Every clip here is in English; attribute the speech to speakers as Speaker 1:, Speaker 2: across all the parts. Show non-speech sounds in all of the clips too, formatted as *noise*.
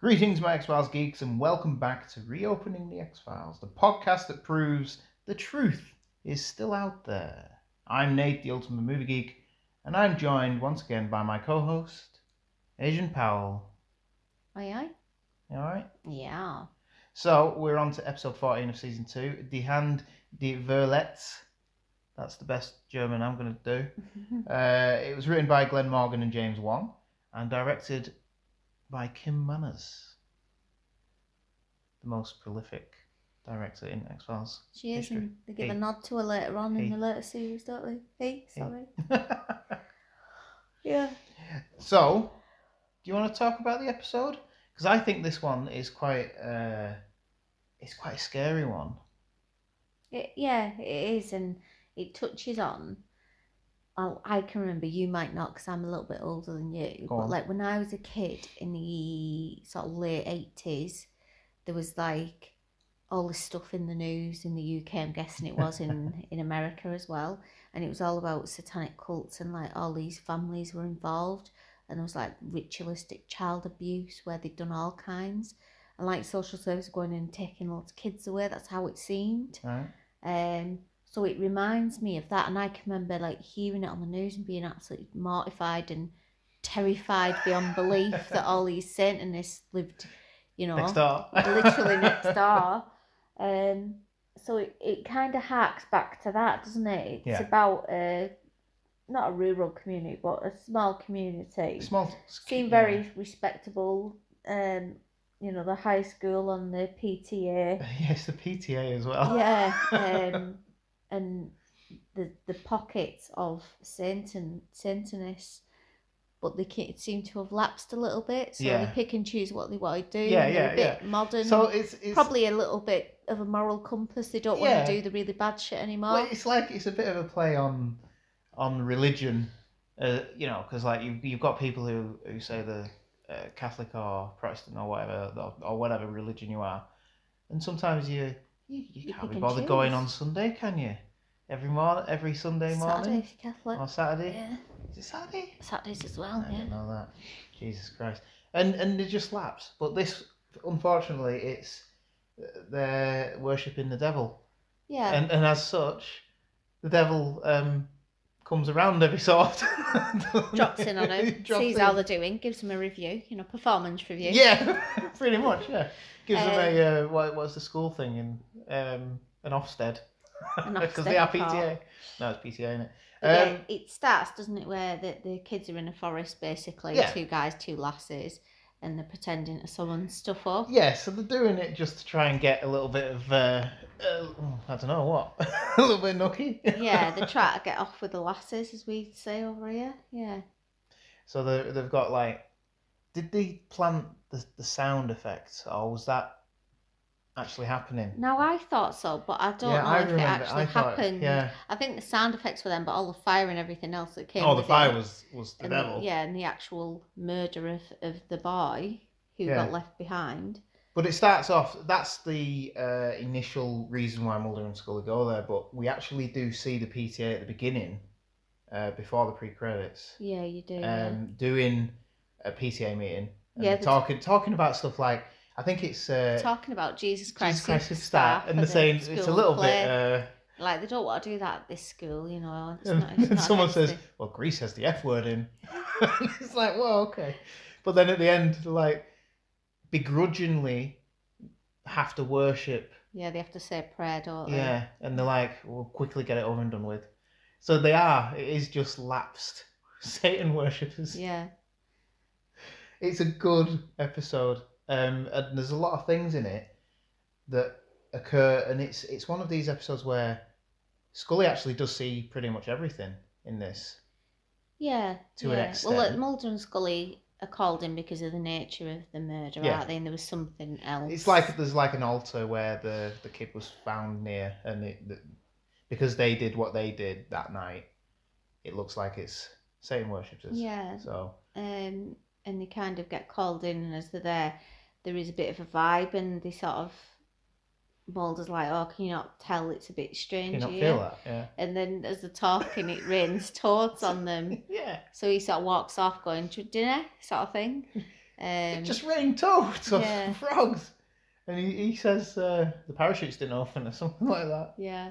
Speaker 1: Greetings, my X Files geeks, and welcome back to Reopening the X Files, the podcast that proves the truth is still out there. I'm Nate, the Ultimate Movie Geek, and I'm joined once again by my co host, Asian Powell.
Speaker 2: Aye, aye.
Speaker 1: Alright?
Speaker 2: Yeah.
Speaker 1: So, we're on to episode 14 of season 2, Die Hand, die Verletz. That's the best German I'm going
Speaker 2: *laughs*
Speaker 1: to do. uh, it was written by Glenn Morgan and James Wong, and directed by Kim Manners, the most prolific director in X Files.
Speaker 2: She is,
Speaker 1: history.
Speaker 2: and they give a
Speaker 1: Hey.
Speaker 2: nod to her later on in
Speaker 1: Hey.
Speaker 2: the later series, don't they? Hey,
Speaker 1: Hey.
Speaker 2: sorry. Yeah.
Speaker 1: *laughs* so, do you want to talk about the episode? Because I think this one is quite, uh, it's quite a scary one.
Speaker 2: It, yeah, it is, and it touches on. Oh, I can remember. You might not, because I'm a little bit older than you.
Speaker 1: Go
Speaker 2: but
Speaker 1: on.
Speaker 2: like when I was a kid in the sort of late eighties, there was like all this stuff in the news in the UK. I'm
Speaker 1: *laughs*
Speaker 2: guessing it was in in America as well, and it was all about satanic cults and like all these families were involved, and there was like ritualistic child abuse where they'd done all kinds, and like social services going in and taking lots of kids away. That's how it seemed.
Speaker 1: Right?
Speaker 2: Um, so it reminds me of that, and I can remember like hearing it on the news and being absolutely mortified and terrified beyond belief
Speaker 1: *laughs*
Speaker 2: that all these Satanists lived, you know,
Speaker 1: Next door. *laughs*
Speaker 2: literally next door. Um, so it, it kind of harks back to that, doesn't it? It's
Speaker 1: Yeah.
Speaker 2: about a not a rural community, but a small community.
Speaker 1: Small.
Speaker 2: Seem
Speaker 1: *laughs*
Speaker 2: *laughs* very respectable. Um, you know, the high school and the PTA.
Speaker 1: Yes, the PTA as well. *laughs*
Speaker 2: Yeah, um, and the the pockets of Satan Satanists, but they ca- seem to have lapsed a little bit. So
Speaker 1: Yeah.
Speaker 2: they pick and choose what they want to do.
Speaker 1: Yeah,
Speaker 2: and they're a
Speaker 1: yeah,
Speaker 2: bit modern.
Speaker 1: So it's it's
Speaker 2: probably a little bit of a moral compass. They don't
Speaker 1: Yeah.
Speaker 2: want to do the really bad shit anymore.
Speaker 1: well, it's like it's a bit of a play on on religion, uh, you know, because like you you've got people who who say the uh, Catholic or Protestant or whatever or, or whatever religion you are, and sometimes you you, you
Speaker 2: You
Speaker 1: can't
Speaker 2: pick
Speaker 1: be
Speaker 2: and
Speaker 1: bothered going
Speaker 2: choose.
Speaker 1: on Sunday, can you? Every morning, every Sunday
Speaker 2: Saturday
Speaker 1: morning
Speaker 2: if you're Catholic.
Speaker 1: or Saturday.
Speaker 2: Yeah,
Speaker 1: Is it Saturday?
Speaker 2: Saturdays as well.
Speaker 1: I
Speaker 2: Yeah.
Speaker 1: didn't know that. Jesus Christ. And and they just lapse. But this, unfortunately, it's uh, they're worshipping the devil,
Speaker 2: Yeah.
Speaker 1: and and as such, the devil um comes around every so often. *laughs*
Speaker 2: *laughs* Drops in on them,
Speaker 1: Drops
Speaker 2: sees
Speaker 1: in.
Speaker 2: how they're doing, gives them a review, you know, performance review.
Speaker 1: Yeah, *laughs* pretty much. Yeah, gives them
Speaker 2: Um,
Speaker 1: a uh, what, what's the school thing in um an Ofsted *laughs*
Speaker 2: An
Speaker 1: because they
Speaker 2: Ofsted
Speaker 1: are
Speaker 2: part.
Speaker 1: PTA. No, it's PTA, isn't it?
Speaker 2: But
Speaker 1: Um,
Speaker 2: yeah, it starts, doesn't it, where the, the kids are in a forest basically,
Speaker 1: Yeah.
Speaker 2: two guys, two lasses, and they're pretending to summon stuff up.
Speaker 1: Yeah, *laughs* so they're doing it just to try and get a little bit of, uh, uh, I don't know what, *laughs* a little bit nookie. *laughs*
Speaker 2: Yeah, they're trying to get off with the lasses, as we say over here. Yeah.
Speaker 1: so they they've got like, did they plan the, the sound effects or was that actually happening?
Speaker 2: Now I thought so, but I don't
Speaker 1: Yeah,
Speaker 2: know
Speaker 1: I
Speaker 2: if it
Speaker 1: remember,
Speaker 2: actually
Speaker 1: I thought-
Speaker 2: happened.
Speaker 1: yeah.
Speaker 2: I think the sound effects were them, but all the fire and everything else that came.
Speaker 1: Oh, the
Speaker 2: with
Speaker 1: fire
Speaker 2: it,
Speaker 1: was was the
Speaker 2: and
Speaker 1: devil.
Speaker 2: Yeah, and the actual murder of, of the boy who
Speaker 1: Yeah.
Speaker 2: got left behind.
Speaker 1: But it starts off. That's the uh, initial reason why Mulder and Scully go there. But we actually do see the PTA at the beginning, uh, before the pre-credits.
Speaker 2: Yeah, you do. yeah.
Speaker 1: um, doing a PTA meeting and
Speaker 2: Yeah,
Speaker 1: they're
Speaker 2: the-
Speaker 1: talking talking about stuff like I think it's uh,
Speaker 2: Talking about Jesus
Speaker 1: Jesus
Speaker 2: Christ,
Speaker 1: Christ
Speaker 2: Superstar
Speaker 1: Superstar, and
Speaker 2: for
Speaker 1: they're
Speaker 2: the
Speaker 1: saying it's a
Speaker 2: school
Speaker 1: little
Speaker 2: play.
Speaker 1: bit. Uh,
Speaker 2: like they don't want to do that at this school, you know. It's
Speaker 1: and *laughs*
Speaker 2: not, it's
Speaker 1: and
Speaker 2: not
Speaker 1: someone says,
Speaker 2: against it.
Speaker 1: "Well, Greece has the F word in." *laughs* it's like, well, okay, but then at the end, like, begrudgingly have to worship.
Speaker 2: yeah, they have to say a prayer, don't they?
Speaker 1: Yeah, and they're like, "We'll quickly get it over and done with." So they are. It is just lapsed *laughs* Satan worshippers.
Speaker 2: yeah,
Speaker 1: It's a good episode, um, and there's a lot of things in it that occur, and it's it's one of these episodes where Scully actually does see pretty much everything in this.
Speaker 2: yeah.
Speaker 1: To
Speaker 2: yeah.
Speaker 1: an
Speaker 2: Well, look,
Speaker 1: extent.
Speaker 2: Mulder and Scully are called in because of the nature of the murder,
Speaker 1: Yeah.
Speaker 2: aren't they? And there was something else.
Speaker 1: It's like there's like an altar where the the kid was found near, and it the, because they did what they did that night, it looks like it's Satan worshippers.
Speaker 2: Yeah.
Speaker 1: So
Speaker 2: um, and they kind of get called in, and as they're there, there is a bit of a vibe, and they sort of Mulder's like, "Oh, can you not tell? It's a bit
Speaker 1: can you
Speaker 2: strange."
Speaker 1: not
Speaker 2: here?"
Speaker 1: feel that? Yeah.
Speaker 2: And then as they're talking, it rains *laughs* toads on them,
Speaker 1: Yeah.
Speaker 2: so he sort of walks off, going to dinner, sort of thing. Um,
Speaker 1: *laughs* It just rained toads off
Speaker 2: yeah.
Speaker 1: *laughs* frogs, and he, he says uh, the parachutes didn't open or *laughs* something like that.
Speaker 2: Yeah.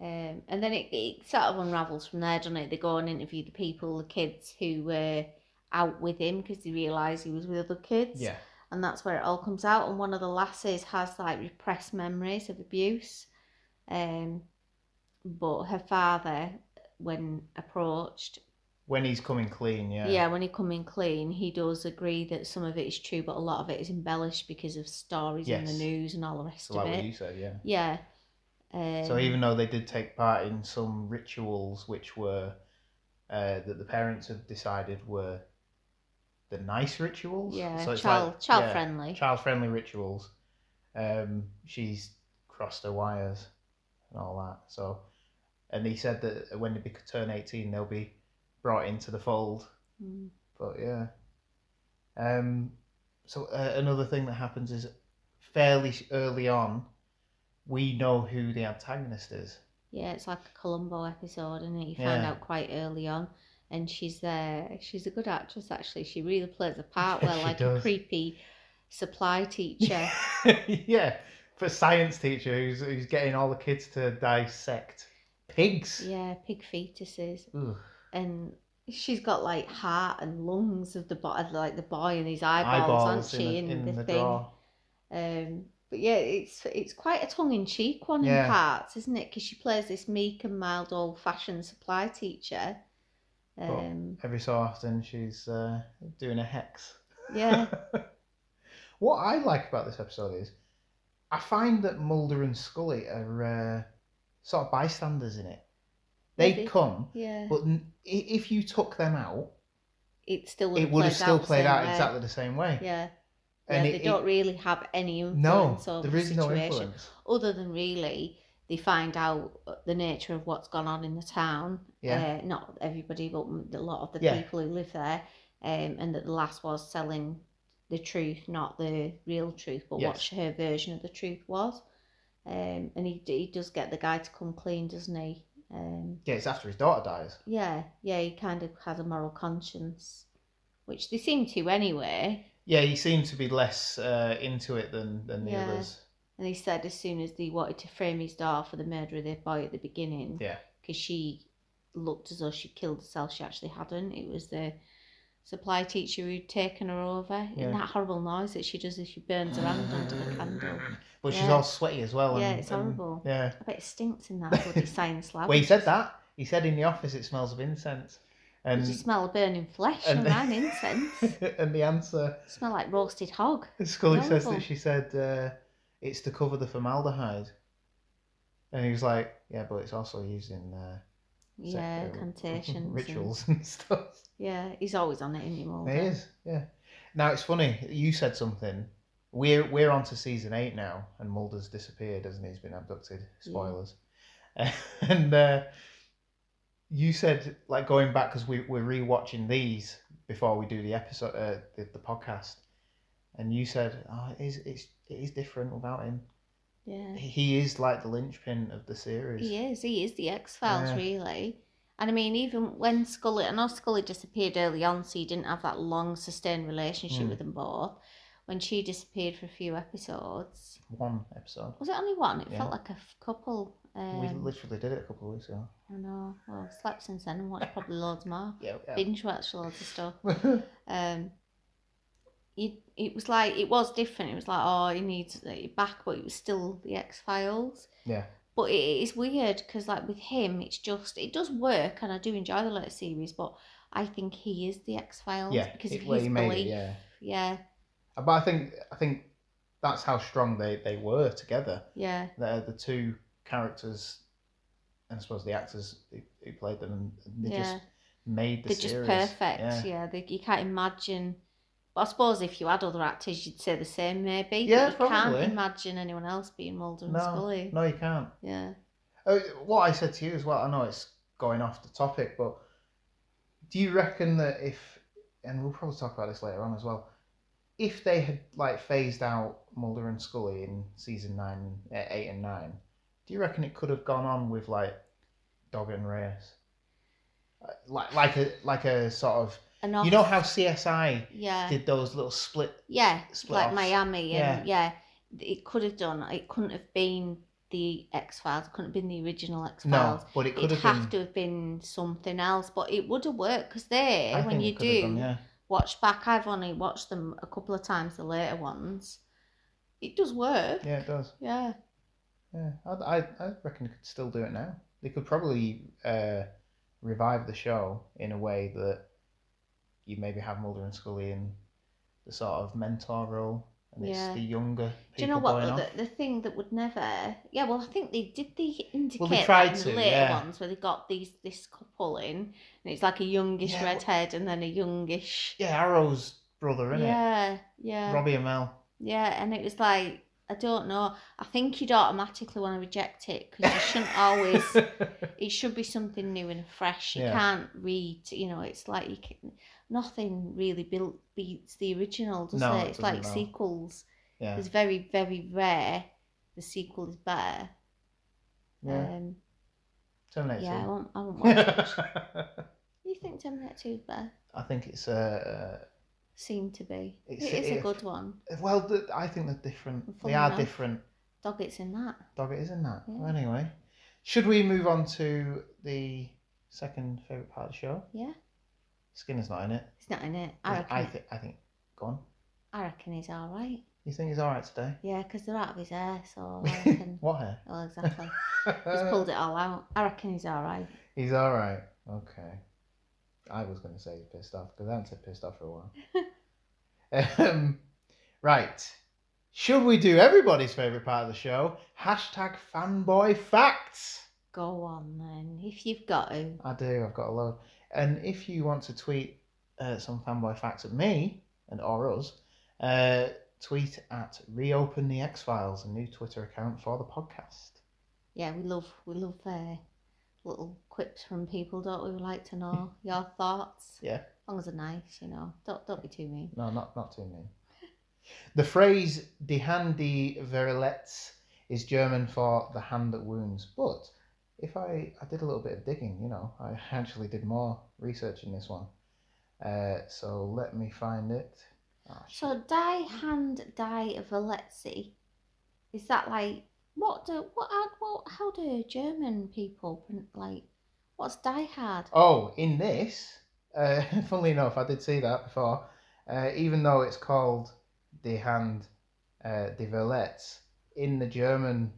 Speaker 2: Um, and then it, it sort of unravels from there, doesn't it? They go and interview the people, the kids who were out with him because they realise he was with other kids.
Speaker 1: Yeah.
Speaker 2: And that's where it all comes out. And one of the lasses has like repressed memories of abuse. Um, but her father, when approached,
Speaker 1: When he's coming clean, yeah.
Speaker 2: yeah. when he come in clean, he does agree that some of it is true, but a lot of it is embellished because of stories in the
Speaker 1: Yes.
Speaker 2: news and all the rest
Speaker 1: So like
Speaker 2: of
Speaker 1: what
Speaker 2: it.
Speaker 1: you said, yeah.
Speaker 2: Yeah. Um,
Speaker 1: So even though they did take part in some rituals which were uh, that the parents have decided were the nice rituals,
Speaker 2: Yeah,
Speaker 1: so it's
Speaker 2: child-
Speaker 1: like-
Speaker 2: child-friendly.
Speaker 1: child-friendly rituals. Um, she's crossed her wires and all that. So, and he said that when they bec- turn eighteen, they'll be brought into the fold.
Speaker 2: Mm.
Speaker 1: But yeah. Um, so uh, another thing that happens is fairly early on, we know who the antagonist is. *laughs*
Speaker 2: Yeah, it's like a Columbo episode, and you find
Speaker 1: Yeah.
Speaker 2: out quite early on. And she's there. She's a good actress, actually. She really plays a
Speaker 1: *laughs*
Speaker 2: part well,
Speaker 1: She
Speaker 2: like a
Speaker 1: does.
Speaker 2: creepy supply teacher.
Speaker 1: yeah, for a science teacher who's who's getting all the kids to dissect pigs.
Speaker 2: yeah, pig fetuses,
Speaker 1: Ugh.
Speaker 2: and she's got like heart and lungs of the bo- like the boy and his eyeballs,
Speaker 1: Eyeballs
Speaker 2: aren't she?
Speaker 1: in,
Speaker 2: In,
Speaker 1: the, in
Speaker 2: the,
Speaker 1: the,
Speaker 2: thing.
Speaker 1: drawer.
Speaker 2: Um, but yeah, it's it's quite a tongue in cheek one
Speaker 1: Yeah.
Speaker 2: in parts, isn't it? Because she plays this meek and mild, old fashioned supply teacher.
Speaker 1: But
Speaker 2: Um,
Speaker 1: every so often she's uh, doing a hex.
Speaker 2: yeah.
Speaker 1: *laughs* What I like about this episode is I find that Mulder and Scully are uh, sort of bystanders in it. They
Speaker 2: Maybe.
Speaker 1: come,
Speaker 2: Yeah.
Speaker 1: but n- i- if you took them out,
Speaker 2: it still
Speaker 1: it would have still
Speaker 2: the
Speaker 1: played
Speaker 2: same
Speaker 1: out
Speaker 2: way.
Speaker 1: exactly the same way.
Speaker 2: Yeah.
Speaker 1: And
Speaker 2: yeah,
Speaker 1: it-
Speaker 2: they
Speaker 1: it-
Speaker 2: don't really have any
Speaker 1: No,
Speaker 2: influence over
Speaker 1: there is
Speaker 2: the
Speaker 1: no
Speaker 2: situation,
Speaker 1: influence.
Speaker 2: other than really they find out uh, the nature of what's gone on in the town.
Speaker 1: Yeah.
Speaker 2: Uh, not everybody, but m- a lot of the
Speaker 1: Yeah.
Speaker 2: people who live there, um, and that the last was selling the truth, not the real truth, but
Speaker 1: Yes.
Speaker 2: what her version of the truth was. Um, and he d- he does get the guy to come clean, doesn't he? Um,
Speaker 1: Yeah, it's after his daughter dies.
Speaker 2: yeah, yeah, he kind of has a moral conscience, which they seem to anyway.
Speaker 1: Yeah, he seemed to be less uh, into it than than the
Speaker 2: Yeah.
Speaker 1: others.
Speaker 2: And he said as soon as they wanted to frame his daughter for the murder of their boy at the beginning,
Speaker 1: Yeah,
Speaker 2: because she looked as though she killed herself, she actually hadn't. It was the supply teacher who'd taken her over.
Speaker 1: Yeah.
Speaker 2: And that horrible noise that she does as she burns her hand under the candle.
Speaker 1: but she's
Speaker 2: Yeah.
Speaker 1: all sweaty as well. And,
Speaker 2: Yeah, it's
Speaker 1: and-
Speaker 2: horrible.
Speaker 1: Yeah.
Speaker 2: I bet it stinks in that
Speaker 1: *laughs*
Speaker 2: bloody science lab.
Speaker 1: Well, he said that. He said in the office it smells of incense, and
Speaker 2: Did you smell burning flesh and,
Speaker 1: and-
Speaker 2: man
Speaker 1: *laughs*
Speaker 2: incense?
Speaker 1: and the answer
Speaker 2: smell like roasted hog.
Speaker 1: Scully says
Speaker 2: Horrible.
Speaker 1: that she said uh, it's to cover the formaldehyde, and he was like, "Yeah, but it's also used in uh, sect-
Speaker 2: Yeah,
Speaker 1: uh, *laughs*
Speaker 2: cantations. and-
Speaker 1: rituals, and stuff."
Speaker 2: yeah, he's always on it anymore.
Speaker 1: It is, yeah. Now it's funny. You said something. We're we're on to season eight now, and Mulder's disappeared, hasn't he? He's been abducted. Spoilers. *laughs* and uh, you said like going back because we we're rewatching these before we do the episode, uh, the, the podcast, and you said, "Oh, it is it's it is different without him.
Speaker 2: Yeah.
Speaker 1: He is like the linchpin of the series."
Speaker 2: Mm. He is. He is the X Files,
Speaker 1: Yeah.
Speaker 2: really. And I mean, even when Scully, I know Scully disappeared early on, so he didn't have that long sustained relationship
Speaker 1: Mm.
Speaker 2: with them both. when she disappeared for a few episodes.
Speaker 1: One episode.
Speaker 2: Was it only one? It
Speaker 1: Yeah.
Speaker 2: felt like a f- couple.
Speaker 1: we
Speaker 2: Um,
Speaker 1: literally did it a couple of weeks ago.
Speaker 2: I know. Well, slept since then and watched probably loads more.
Speaker 1: Yeah.
Speaker 2: Binge watched loads of stuff. Um, it, it was like it was different. It was like oh, he needs it back, but it was still the X Files.
Speaker 1: *laughs* yeah.
Speaker 2: But it is weird because like with him, it's just it does work, and I do enjoy the later series, but I think he is the X Files
Speaker 1: Yeah.
Speaker 2: because
Speaker 1: it-
Speaker 2: of
Speaker 1: well,
Speaker 2: his
Speaker 1: he made it,
Speaker 2: belief.
Speaker 1: yeah.
Speaker 2: yeah,
Speaker 1: Uh, But I think I think that's how strong they, they were together.
Speaker 2: yeah,
Speaker 1: They're the two characters, and I suppose the actors who, who played them, and they
Speaker 2: yeah.
Speaker 1: just made the
Speaker 2: They're
Speaker 1: series.
Speaker 2: just perfect. Yeah,
Speaker 1: yeah.
Speaker 2: They, you can't imagine. Well, I suppose if you had other actors, you'd say the same, maybe.
Speaker 1: Yeah,
Speaker 2: but you
Speaker 1: probably.
Speaker 2: can't imagine anyone else being Mulder and
Speaker 1: No,
Speaker 2: Scully.
Speaker 1: no, you can't.
Speaker 2: Yeah,
Speaker 1: Oh, what I said to you as well, I know it's going off the topic, but do you reckon that if, and we'll probably talk about this later on as well, if they had like phased out Mulder and Scully in season nine, eh, eight and nine, do you reckon it could have gone on with like Dog and Reyes? Uh, Like, like a like a sort of
Speaker 2: enough.
Speaker 1: you know how CSI
Speaker 2: Yeah,
Speaker 1: did those little split
Speaker 2: yeah,
Speaker 1: split
Speaker 2: like
Speaker 1: offs.
Speaker 2: Miami, and yeah. it could have done. It couldn't have been the X Files. Couldn't have been the original X Files.
Speaker 1: no but it could
Speaker 2: It'd
Speaker 1: have been
Speaker 2: have, to have been something else, but it would have worked because they,
Speaker 1: I
Speaker 2: when
Speaker 1: think it
Speaker 2: you
Speaker 1: could have
Speaker 2: do
Speaker 1: done, yeah.
Speaker 2: watch back, I've only watched them a couple of times, the later ones. It does work.
Speaker 1: yeah it does
Speaker 2: yeah.
Speaker 1: Yeah, I, I, I reckon they could still do it now. They could probably uh, revive the show in a way that you maybe have Mulder and Scully in the sort of mentor role, and
Speaker 2: Yeah.
Speaker 1: it's the younger people
Speaker 2: Do you know what
Speaker 1: going
Speaker 2: though,
Speaker 1: off.
Speaker 2: the, the thing that would never? Yeah, well, I think they did. They indicate
Speaker 1: Well, they
Speaker 2: that
Speaker 1: tried
Speaker 2: in the
Speaker 1: to,
Speaker 2: later
Speaker 1: yeah.
Speaker 2: ones where they got these this couple in, and it's like a youngish
Speaker 1: Yeah, well-
Speaker 2: redhead and then a youngish.
Speaker 1: Yeah, Arrow's brother, isn't
Speaker 2: yeah,
Speaker 1: it?
Speaker 2: yeah,
Speaker 1: Robbie and Mel.
Speaker 2: yeah, and it was like I don't know. I think you'd automatically want to reject it because you shouldn't always. It should be something new and fresh. You
Speaker 1: Yeah.
Speaker 2: can't read. You know, it's like you can, nothing really built beats the original, does
Speaker 1: No,
Speaker 2: it?
Speaker 1: it
Speaker 2: It's like
Speaker 1: doesn't, no.
Speaker 2: sequels.
Speaker 1: *laughs* yeah.
Speaker 2: It's very, very rare the sequel is better.
Speaker 1: yeah.
Speaker 2: Um,
Speaker 1: Terminator.
Speaker 2: yeah, I
Speaker 1: two.
Speaker 2: won't,
Speaker 1: *laughs*
Speaker 2: I won't watch it. you think Terminator 2 is better?
Speaker 1: I think it's uh,
Speaker 2: Seemed to be.
Speaker 1: It's-
Speaker 2: it is a
Speaker 1: it-
Speaker 2: good one.
Speaker 1: uh, well, th- I think they're different.
Speaker 2: Funny
Speaker 1: they are
Speaker 2: enough.
Speaker 1: different.
Speaker 2: Doggett's in that.
Speaker 1: Dog, it isn't that.
Speaker 2: Yeah.
Speaker 1: Well, anyway, should we move on to the second favorite part of the show?
Speaker 2: Yeah?
Speaker 1: Skinner's not in it.
Speaker 2: He's not in it.
Speaker 1: I,
Speaker 2: I reckon,
Speaker 1: I think. I think. Go on.
Speaker 2: I reckon he's alright.
Speaker 1: You think he's all right today?
Speaker 2: Yeah, because they're out of his hair,
Speaker 1: *laughs*
Speaker 2: so I reckon.
Speaker 1: What hair?
Speaker 2: well, exactly. He's
Speaker 1: Uh,
Speaker 2: pulled it all out. I reckon he's alright.
Speaker 1: He's all right. Okay. I was going to say he's pissed off because I haven't said pissed off for a
Speaker 2: *laughs*
Speaker 1: while. um, right. Should we do everybody's favorite part of the show? Hashtag fanboy facts.
Speaker 2: Go on then, if you've got to.
Speaker 1: I do. I've got a load. And if you want to tweet uh, some fanboy facts at me and or us, uh, tweet at reopen the X Files, a new Twitter account for the podcast.
Speaker 2: Yeah, we love we love uh, little quips from people, don't we? We like
Speaker 1: *laughs*
Speaker 2: to know your thoughts.
Speaker 1: Yeah.
Speaker 2: As long as they're nice, you know. Don't don't be too mean.
Speaker 1: No, not not too mean. The phrase "die Hand die Verletz" is German for "the hand that wounds." But if I I did a little bit of digging, you know, I *laughs* actually did more research in this one. Uh, so let me find it. Ah, shit.
Speaker 2: So die hand die Verletzi. Is that like what do what how- what how do German people print like what's die hard?
Speaker 1: Oh, in this, uh, *laughs* funnily enough, I did see that before. Uh, even though it's called Die Hand uh, Die Verletz, in the German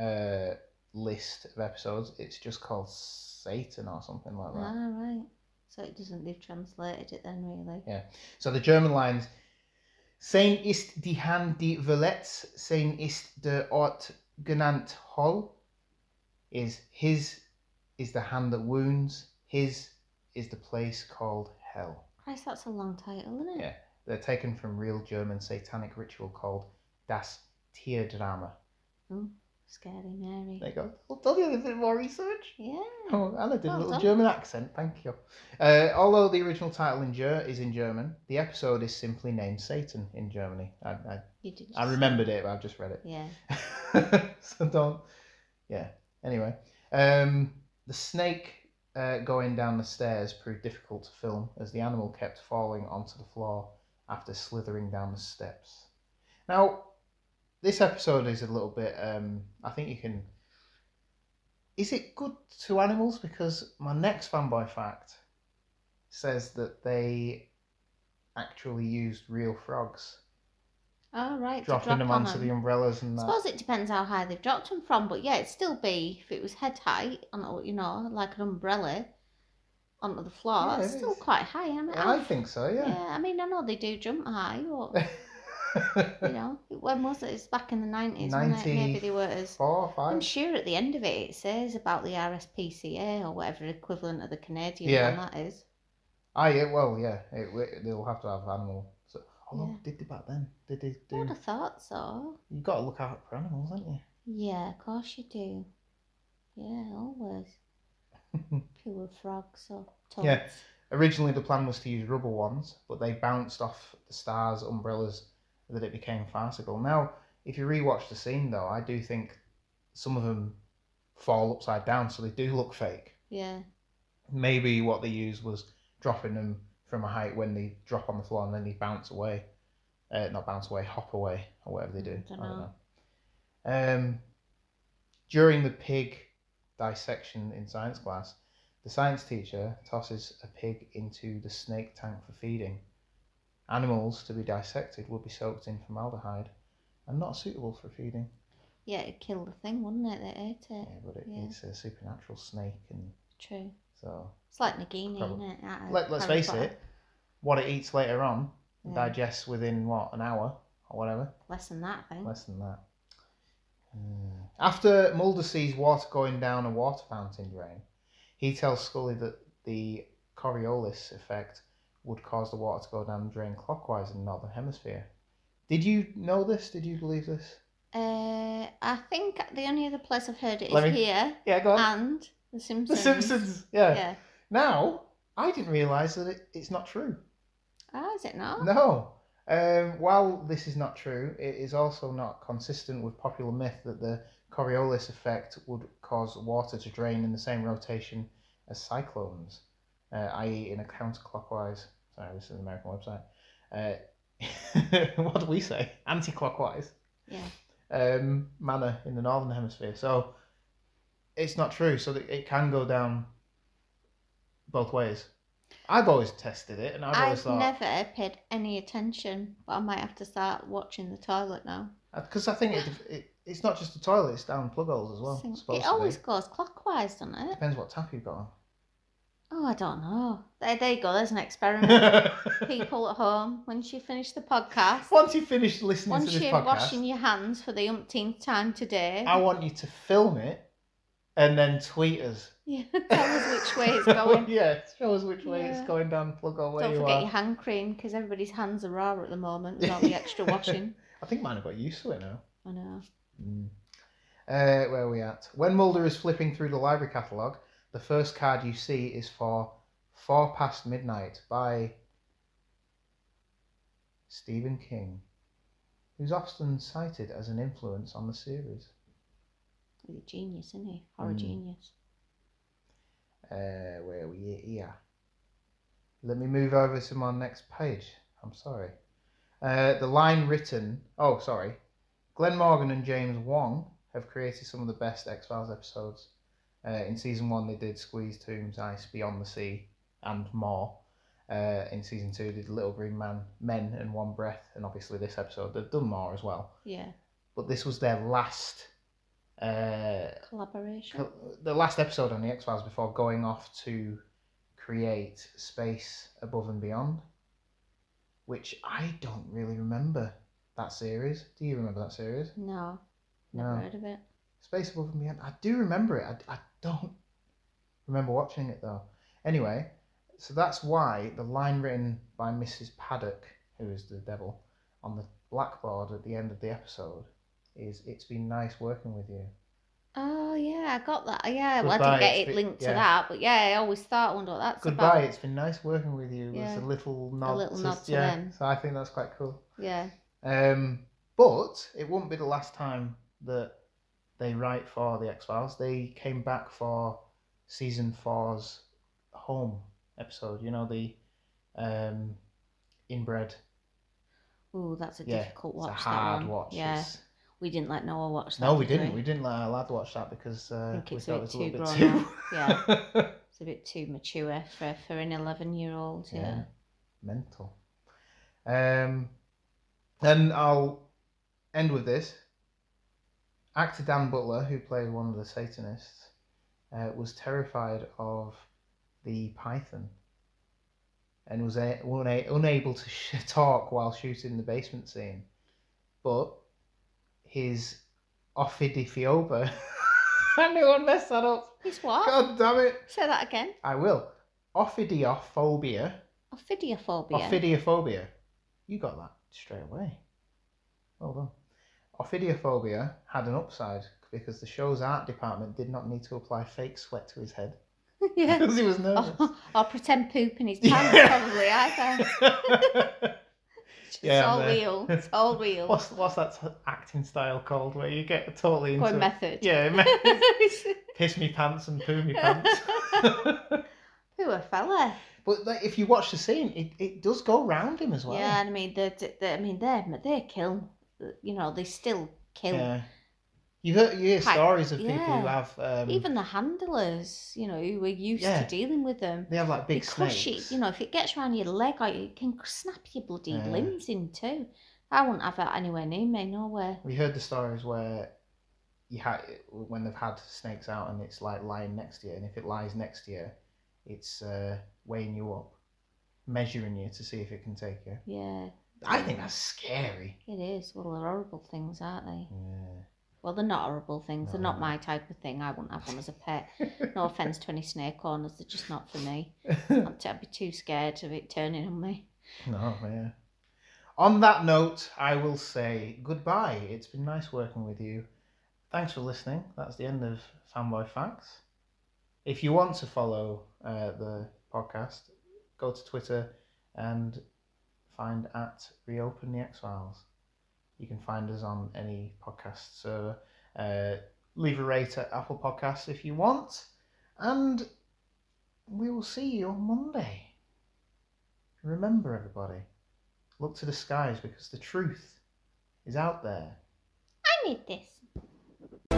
Speaker 1: uh, list of episodes, it's just called Satan or something like that.
Speaker 2: Ah right. So it doesn't they've translated it then really.
Speaker 1: Yeah. So the German lines Sein ist die Hand die Verletz, sein ist der Ort genannt Hol, is his is the hand that wounds, his is the place called hell.
Speaker 2: Christ that's a long title, isn't it?
Speaker 1: Yeah. They're taken from real German satanic ritual called Das Tierdrama.
Speaker 2: Ooh, scary Mary.
Speaker 1: There you go. Well, told you I did a bit more research.
Speaker 2: Yeah.
Speaker 1: Oh, Anna did a
Speaker 2: Well
Speaker 1: little
Speaker 2: done.
Speaker 1: German accent, thank you. Uh, although the original title in Ger- is in German, the episode is simply named Satan in Germany. I, I,
Speaker 2: You did
Speaker 1: I
Speaker 2: just-
Speaker 1: remembered it, but I've just read it.
Speaker 2: Yeah.
Speaker 1: *laughs* so don't. Yeah. Anyway, um, the snake uh, going down the stairs proved difficult to film as the animal kept falling onto the floor after slithering down the steps. Now, this episode is a little bit. Um, I think you can. Is it good to animals? Because my next fanboy fact says that they actually used real frogs,
Speaker 2: Oh, right. to
Speaker 1: dropping
Speaker 2: drop
Speaker 1: them
Speaker 2: on
Speaker 1: onto the
Speaker 2: them.
Speaker 1: umbrellas and
Speaker 2: I
Speaker 1: that.
Speaker 2: suppose it depends how high they've dropped them from, but yeah, it'd still be if it was head height on a- you know like an umbrella onto the floor.
Speaker 1: Yeah,
Speaker 2: it's
Speaker 1: it
Speaker 2: still
Speaker 1: is.
Speaker 2: quite high. I mean,
Speaker 1: I think so.
Speaker 2: yeah.
Speaker 1: Yeah.
Speaker 2: I mean, I know they do jump high, but
Speaker 1: *laughs*
Speaker 2: you know, when was it? It's back in the nineties. Maybe they were as.
Speaker 1: Four or
Speaker 2: I'm
Speaker 1: five.
Speaker 2: sure at the end of it, it says about the RSPCA or whatever equivalent of the Canadian
Speaker 1: Yeah.
Speaker 2: one that is.
Speaker 1: Ah, yeah. Well, yeah. It, it, they'll have to have animal. So, although
Speaker 2: Yeah.
Speaker 1: did they back then? Did they
Speaker 2: I
Speaker 1: do?
Speaker 2: would have thought so.
Speaker 1: You got to look out for animals, haven't you?
Speaker 2: Yeah, of course you do. Yeah,
Speaker 1: *laughs*
Speaker 2: always. Pure frogs or toads.
Speaker 1: Yeah. Originally, the plan was to use rubber ones, but they bounced off the stars, umbrellas, that it became farcical. Now, if you rewatch the scene, though, I do think some of them fall upside down, so they do look fake.
Speaker 2: Yeah.
Speaker 1: Maybe what they used was dropping them from a height when they drop on the floor and then they bounce away. Uh, not bounce away, hop away, or whatever they do.
Speaker 2: Mm, dunno.
Speaker 1: I don't know. Um, during the pig dissection in science class, the science teacher tosses a pig into the snake tank for feeding. Animals to be dissected will be soaked in formaldehyde and not suitable for feeding.
Speaker 2: Yeah, it'd kill the thing, wouldn't it? That ate
Speaker 1: Yeah,
Speaker 2: it.
Speaker 1: but it,
Speaker 2: Yeah.
Speaker 1: it's a supernatural snake, and
Speaker 2: True.
Speaker 1: so
Speaker 2: It's like Nagini,
Speaker 1: Probably.
Speaker 2: isn't it? Out of
Speaker 1: Let, let's
Speaker 2: Harry
Speaker 1: face
Speaker 2: Potter.
Speaker 1: it, what it eats later on
Speaker 2: Yeah.
Speaker 1: digests within what an hour or whatever,
Speaker 2: Less than that thing.
Speaker 1: less than that. Hmm. After Mulder sees water going down a water fountain drain, he tells Scully that the Coriolis effect would cause the water to go down the drain clockwise in the northern hemisphere. Did you know this? Did you believe this?
Speaker 2: Uh, I think the only other place I've heard it is
Speaker 1: Let me-
Speaker 2: here
Speaker 1: Yeah, go on.
Speaker 2: and The
Speaker 1: the
Speaker 2: Simpsons.
Speaker 1: Simpsons. Yeah.
Speaker 2: Um, Yeah.
Speaker 1: Now I didn't realise that it, it's not true.
Speaker 2: Oh, is it not?
Speaker 1: No. Um, while this is not true, it is also not consistent with popular myth that the Coriolis effect would cause water to drain in the same rotation as cyclones, uh, i.e., in a counterclockwise. Sorry, this is an American website. Uh, *laughs* what do we say? Anti-clockwise
Speaker 2: Yeah.
Speaker 1: um, manner in the northern hemisphere. So it's not true. So that it can go down both ways. I've always tested it, and I've, always
Speaker 2: I've
Speaker 1: thought.
Speaker 2: never paid any attention, but I might have to start watching the toilet now.
Speaker 1: Because Uh, I think it, it, it's not just the toilet; it's down plug holes as well.
Speaker 2: Sink-
Speaker 1: it's supposed
Speaker 2: it
Speaker 1: to
Speaker 2: always
Speaker 1: be.
Speaker 2: goes clockwise, doesn't it?
Speaker 1: depends what tap you've got on.
Speaker 2: Oh, I don't know. There, there you go. There's
Speaker 1: *laughs*
Speaker 2: an experiment. *laughs*
Speaker 1: People,
Speaker 2: People at home, once you finish the podcast,
Speaker 1: once you finish listening
Speaker 2: Once
Speaker 1: to this
Speaker 2: you're
Speaker 1: podcast,
Speaker 2: washing your hands for the umpteenth time today,
Speaker 1: I want you to film it and then tweet us.
Speaker 2: *laughs* yeah, tell us which way
Speaker 1: *laughs*
Speaker 2: it's going.
Speaker 1: yeah, show us which way
Speaker 2: Yeah.
Speaker 1: it's going down plug hole where
Speaker 2: Don't
Speaker 1: you
Speaker 2: forget
Speaker 1: are.
Speaker 2: your hand cream because everybody's hands are raw at the moment with
Speaker 1: *laughs*
Speaker 2: all the extra washing.
Speaker 1: I think mine have got used to it now.
Speaker 2: I know.
Speaker 1: Mm. Uh, where are we at? When Mulder is flipping through the library catalogue, the first card you see is for Four Past Midnight by Stephen King, who's often cited as an influence on the series.
Speaker 2: He's a genius, isn't he? Horror
Speaker 1: Mm.
Speaker 2: genius.
Speaker 1: Uh, where are we at here? Let me move over to my next page. I'm sorry. Uh, the line written. Oh, sorry. Glenn Morgan and James Wong have created some of the best X Files episodes. Uh, in season one, they did Squeeze Tombs, Ice, Beyond the Sea, and more. Uh, in season two, they did Little Green Man, Men, and One Breath, and obviously this episode. They've done more as well.
Speaker 2: Yeah.
Speaker 1: But this was their last uh,
Speaker 2: Collaboration.
Speaker 1: Co- the last episode on the X Files before going off to create Space Above and Beyond, which I don't really remember that series. Do you remember that series?
Speaker 2: no. Never
Speaker 1: No.
Speaker 2: heard of it.
Speaker 1: Space Above and Beyond. I do remember it. I, I don't remember watching it though. Anyway, so that's why the line written by Mrs. Paddock, who is the devil, on the blackboard at the end of the episode is It's been nice working with you.
Speaker 2: Oh yeah, I got that. Yeah, well, I
Speaker 1: Goodbye,
Speaker 2: didn't get
Speaker 1: it's
Speaker 2: it
Speaker 1: been-
Speaker 2: linked
Speaker 1: yeah.
Speaker 2: to that, but yeah, I always thought, I wonder what that's
Speaker 1: Goodbye.
Speaker 2: about.
Speaker 1: It's been nice working with you.
Speaker 2: Yeah.
Speaker 1: It's a little nod.
Speaker 2: little nod to
Speaker 1: yeah,
Speaker 2: them.
Speaker 1: So I think that's quite cool.
Speaker 2: Yeah,
Speaker 1: Um, but it wouldn't be the last time that they write for the X Files. They came back for season four's home episode. You know the um, inbred
Speaker 2: Ooh, that's a
Speaker 1: yeah,
Speaker 2: difficult
Speaker 1: it's
Speaker 2: watch.
Speaker 1: a
Speaker 2: that
Speaker 1: hard
Speaker 2: one.
Speaker 1: watch.
Speaker 2: Yeah,
Speaker 1: It's-
Speaker 2: we didn't let Noah watch that.
Speaker 1: No, we
Speaker 2: did
Speaker 1: didn't. We didn't let our lad watch that because
Speaker 2: I
Speaker 1: uh,
Speaker 2: think
Speaker 1: we
Speaker 2: it's a
Speaker 1: thought it
Speaker 2: bit
Speaker 1: was a
Speaker 2: too
Speaker 1: little bit too.
Speaker 2: grown
Speaker 1: *laughs*
Speaker 2: up. *laughs* Yeah, it's a bit too mature for for an eleven year old. Yeah.
Speaker 1: Yeah. mental. Um, then I'll end with this. Actor Dan Butler, who played one of the Satanists, uh, was terrified of the python and was a- una- unable to *laughs* sh- talk while shooting the basement scene. But his Ophidiophobia. *laughs* I knew I'd mess that up.
Speaker 2: It's what?
Speaker 1: God damn it.
Speaker 2: Say that again.
Speaker 1: I will. Ophidiophobia.
Speaker 2: Ophidiophobia.
Speaker 1: Ophidiophobia. You got that straight away. Well done. Ophidiophobia had an upside because the show's art department did not need to apply fake sweat to his
Speaker 2: *laughs*
Speaker 1: head
Speaker 2: *laughs*
Speaker 1: *laughs*
Speaker 2: yeah.
Speaker 1: because he was nervous.
Speaker 2: Or, or pretend poop in his pants,
Speaker 1: Yeah.
Speaker 2: probably
Speaker 1: *laughs*
Speaker 2: either. It's
Speaker 1: Yeah,
Speaker 2: all
Speaker 1: man.
Speaker 2: real. It's all
Speaker 1: *laughs*
Speaker 2: real.
Speaker 1: what's what's that t- acting style called where you get totally into
Speaker 2: Going
Speaker 1: it?
Speaker 2: method. *laughs*
Speaker 1: Yeah, me- piss me pants and poo me pants. *laughs*
Speaker 2: *laughs* Poor fella.
Speaker 1: but like, if you watch the scene, it, it does go round him as well.
Speaker 2: Yeah, and I mean, they, they, they- I mean, they, they kill. You know, they still kill.
Speaker 1: Yeah. You hear, you hear
Speaker 2: Quite-
Speaker 1: stories of people who
Speaker 2: yeah.
Speaker 1: have um,
Speaker 2: Even the handlers, you know, who were used
Speaker 1: Yeah.
Speaker 2: to dealing with them.
Speaker 1: they have like big
Speaker 2: because
Speaker 1: snakes.
Speaker 2: She, you know, if it gets around your leg, like, it can snap your bloody
Speaker 1: Yeah.
Speaker 2: limbs in two. I wouldn't have that anywhere near me, nowhere.
Speaker 1: We heard the stories where you ha- when they've had snakes out and it's like lying next to you, and if it lies next to you, it's uh, weighing you up, measuring you to see if it can take you.
Speaker 2: Yeah,
Speaker 1: I think that's scary.
Speaker 2: it is. Well, they're horrible things, aren't they?
Speaker 1: Yeah.
Speaker 2: Well, they're not horrible things. they're
Speaker 1: No.
Speaker 2: not my type of thing. I wouldn't have one as a pet. *laughs* no offence to any snake owners, they're just not
Speaker 1: *laughs*
Speaker 2: for me. I'd, I'd be too scared of it turning on me.
Speaker 1: No, yeah. On that note, I will say goodbye. It's been nice working with you. Thanks for listening. That's the end of Fanboy Facts. If you want to follow uh, the podcast, go to Twitter and find at Reopen the X Files. You can find us on any podcast server. Uh, leave a rate at Apple Podcasts if you want, and we will see you on Monday. Remember, everybody, look to the skies because the truth is out there.
Speaker 2: I need this.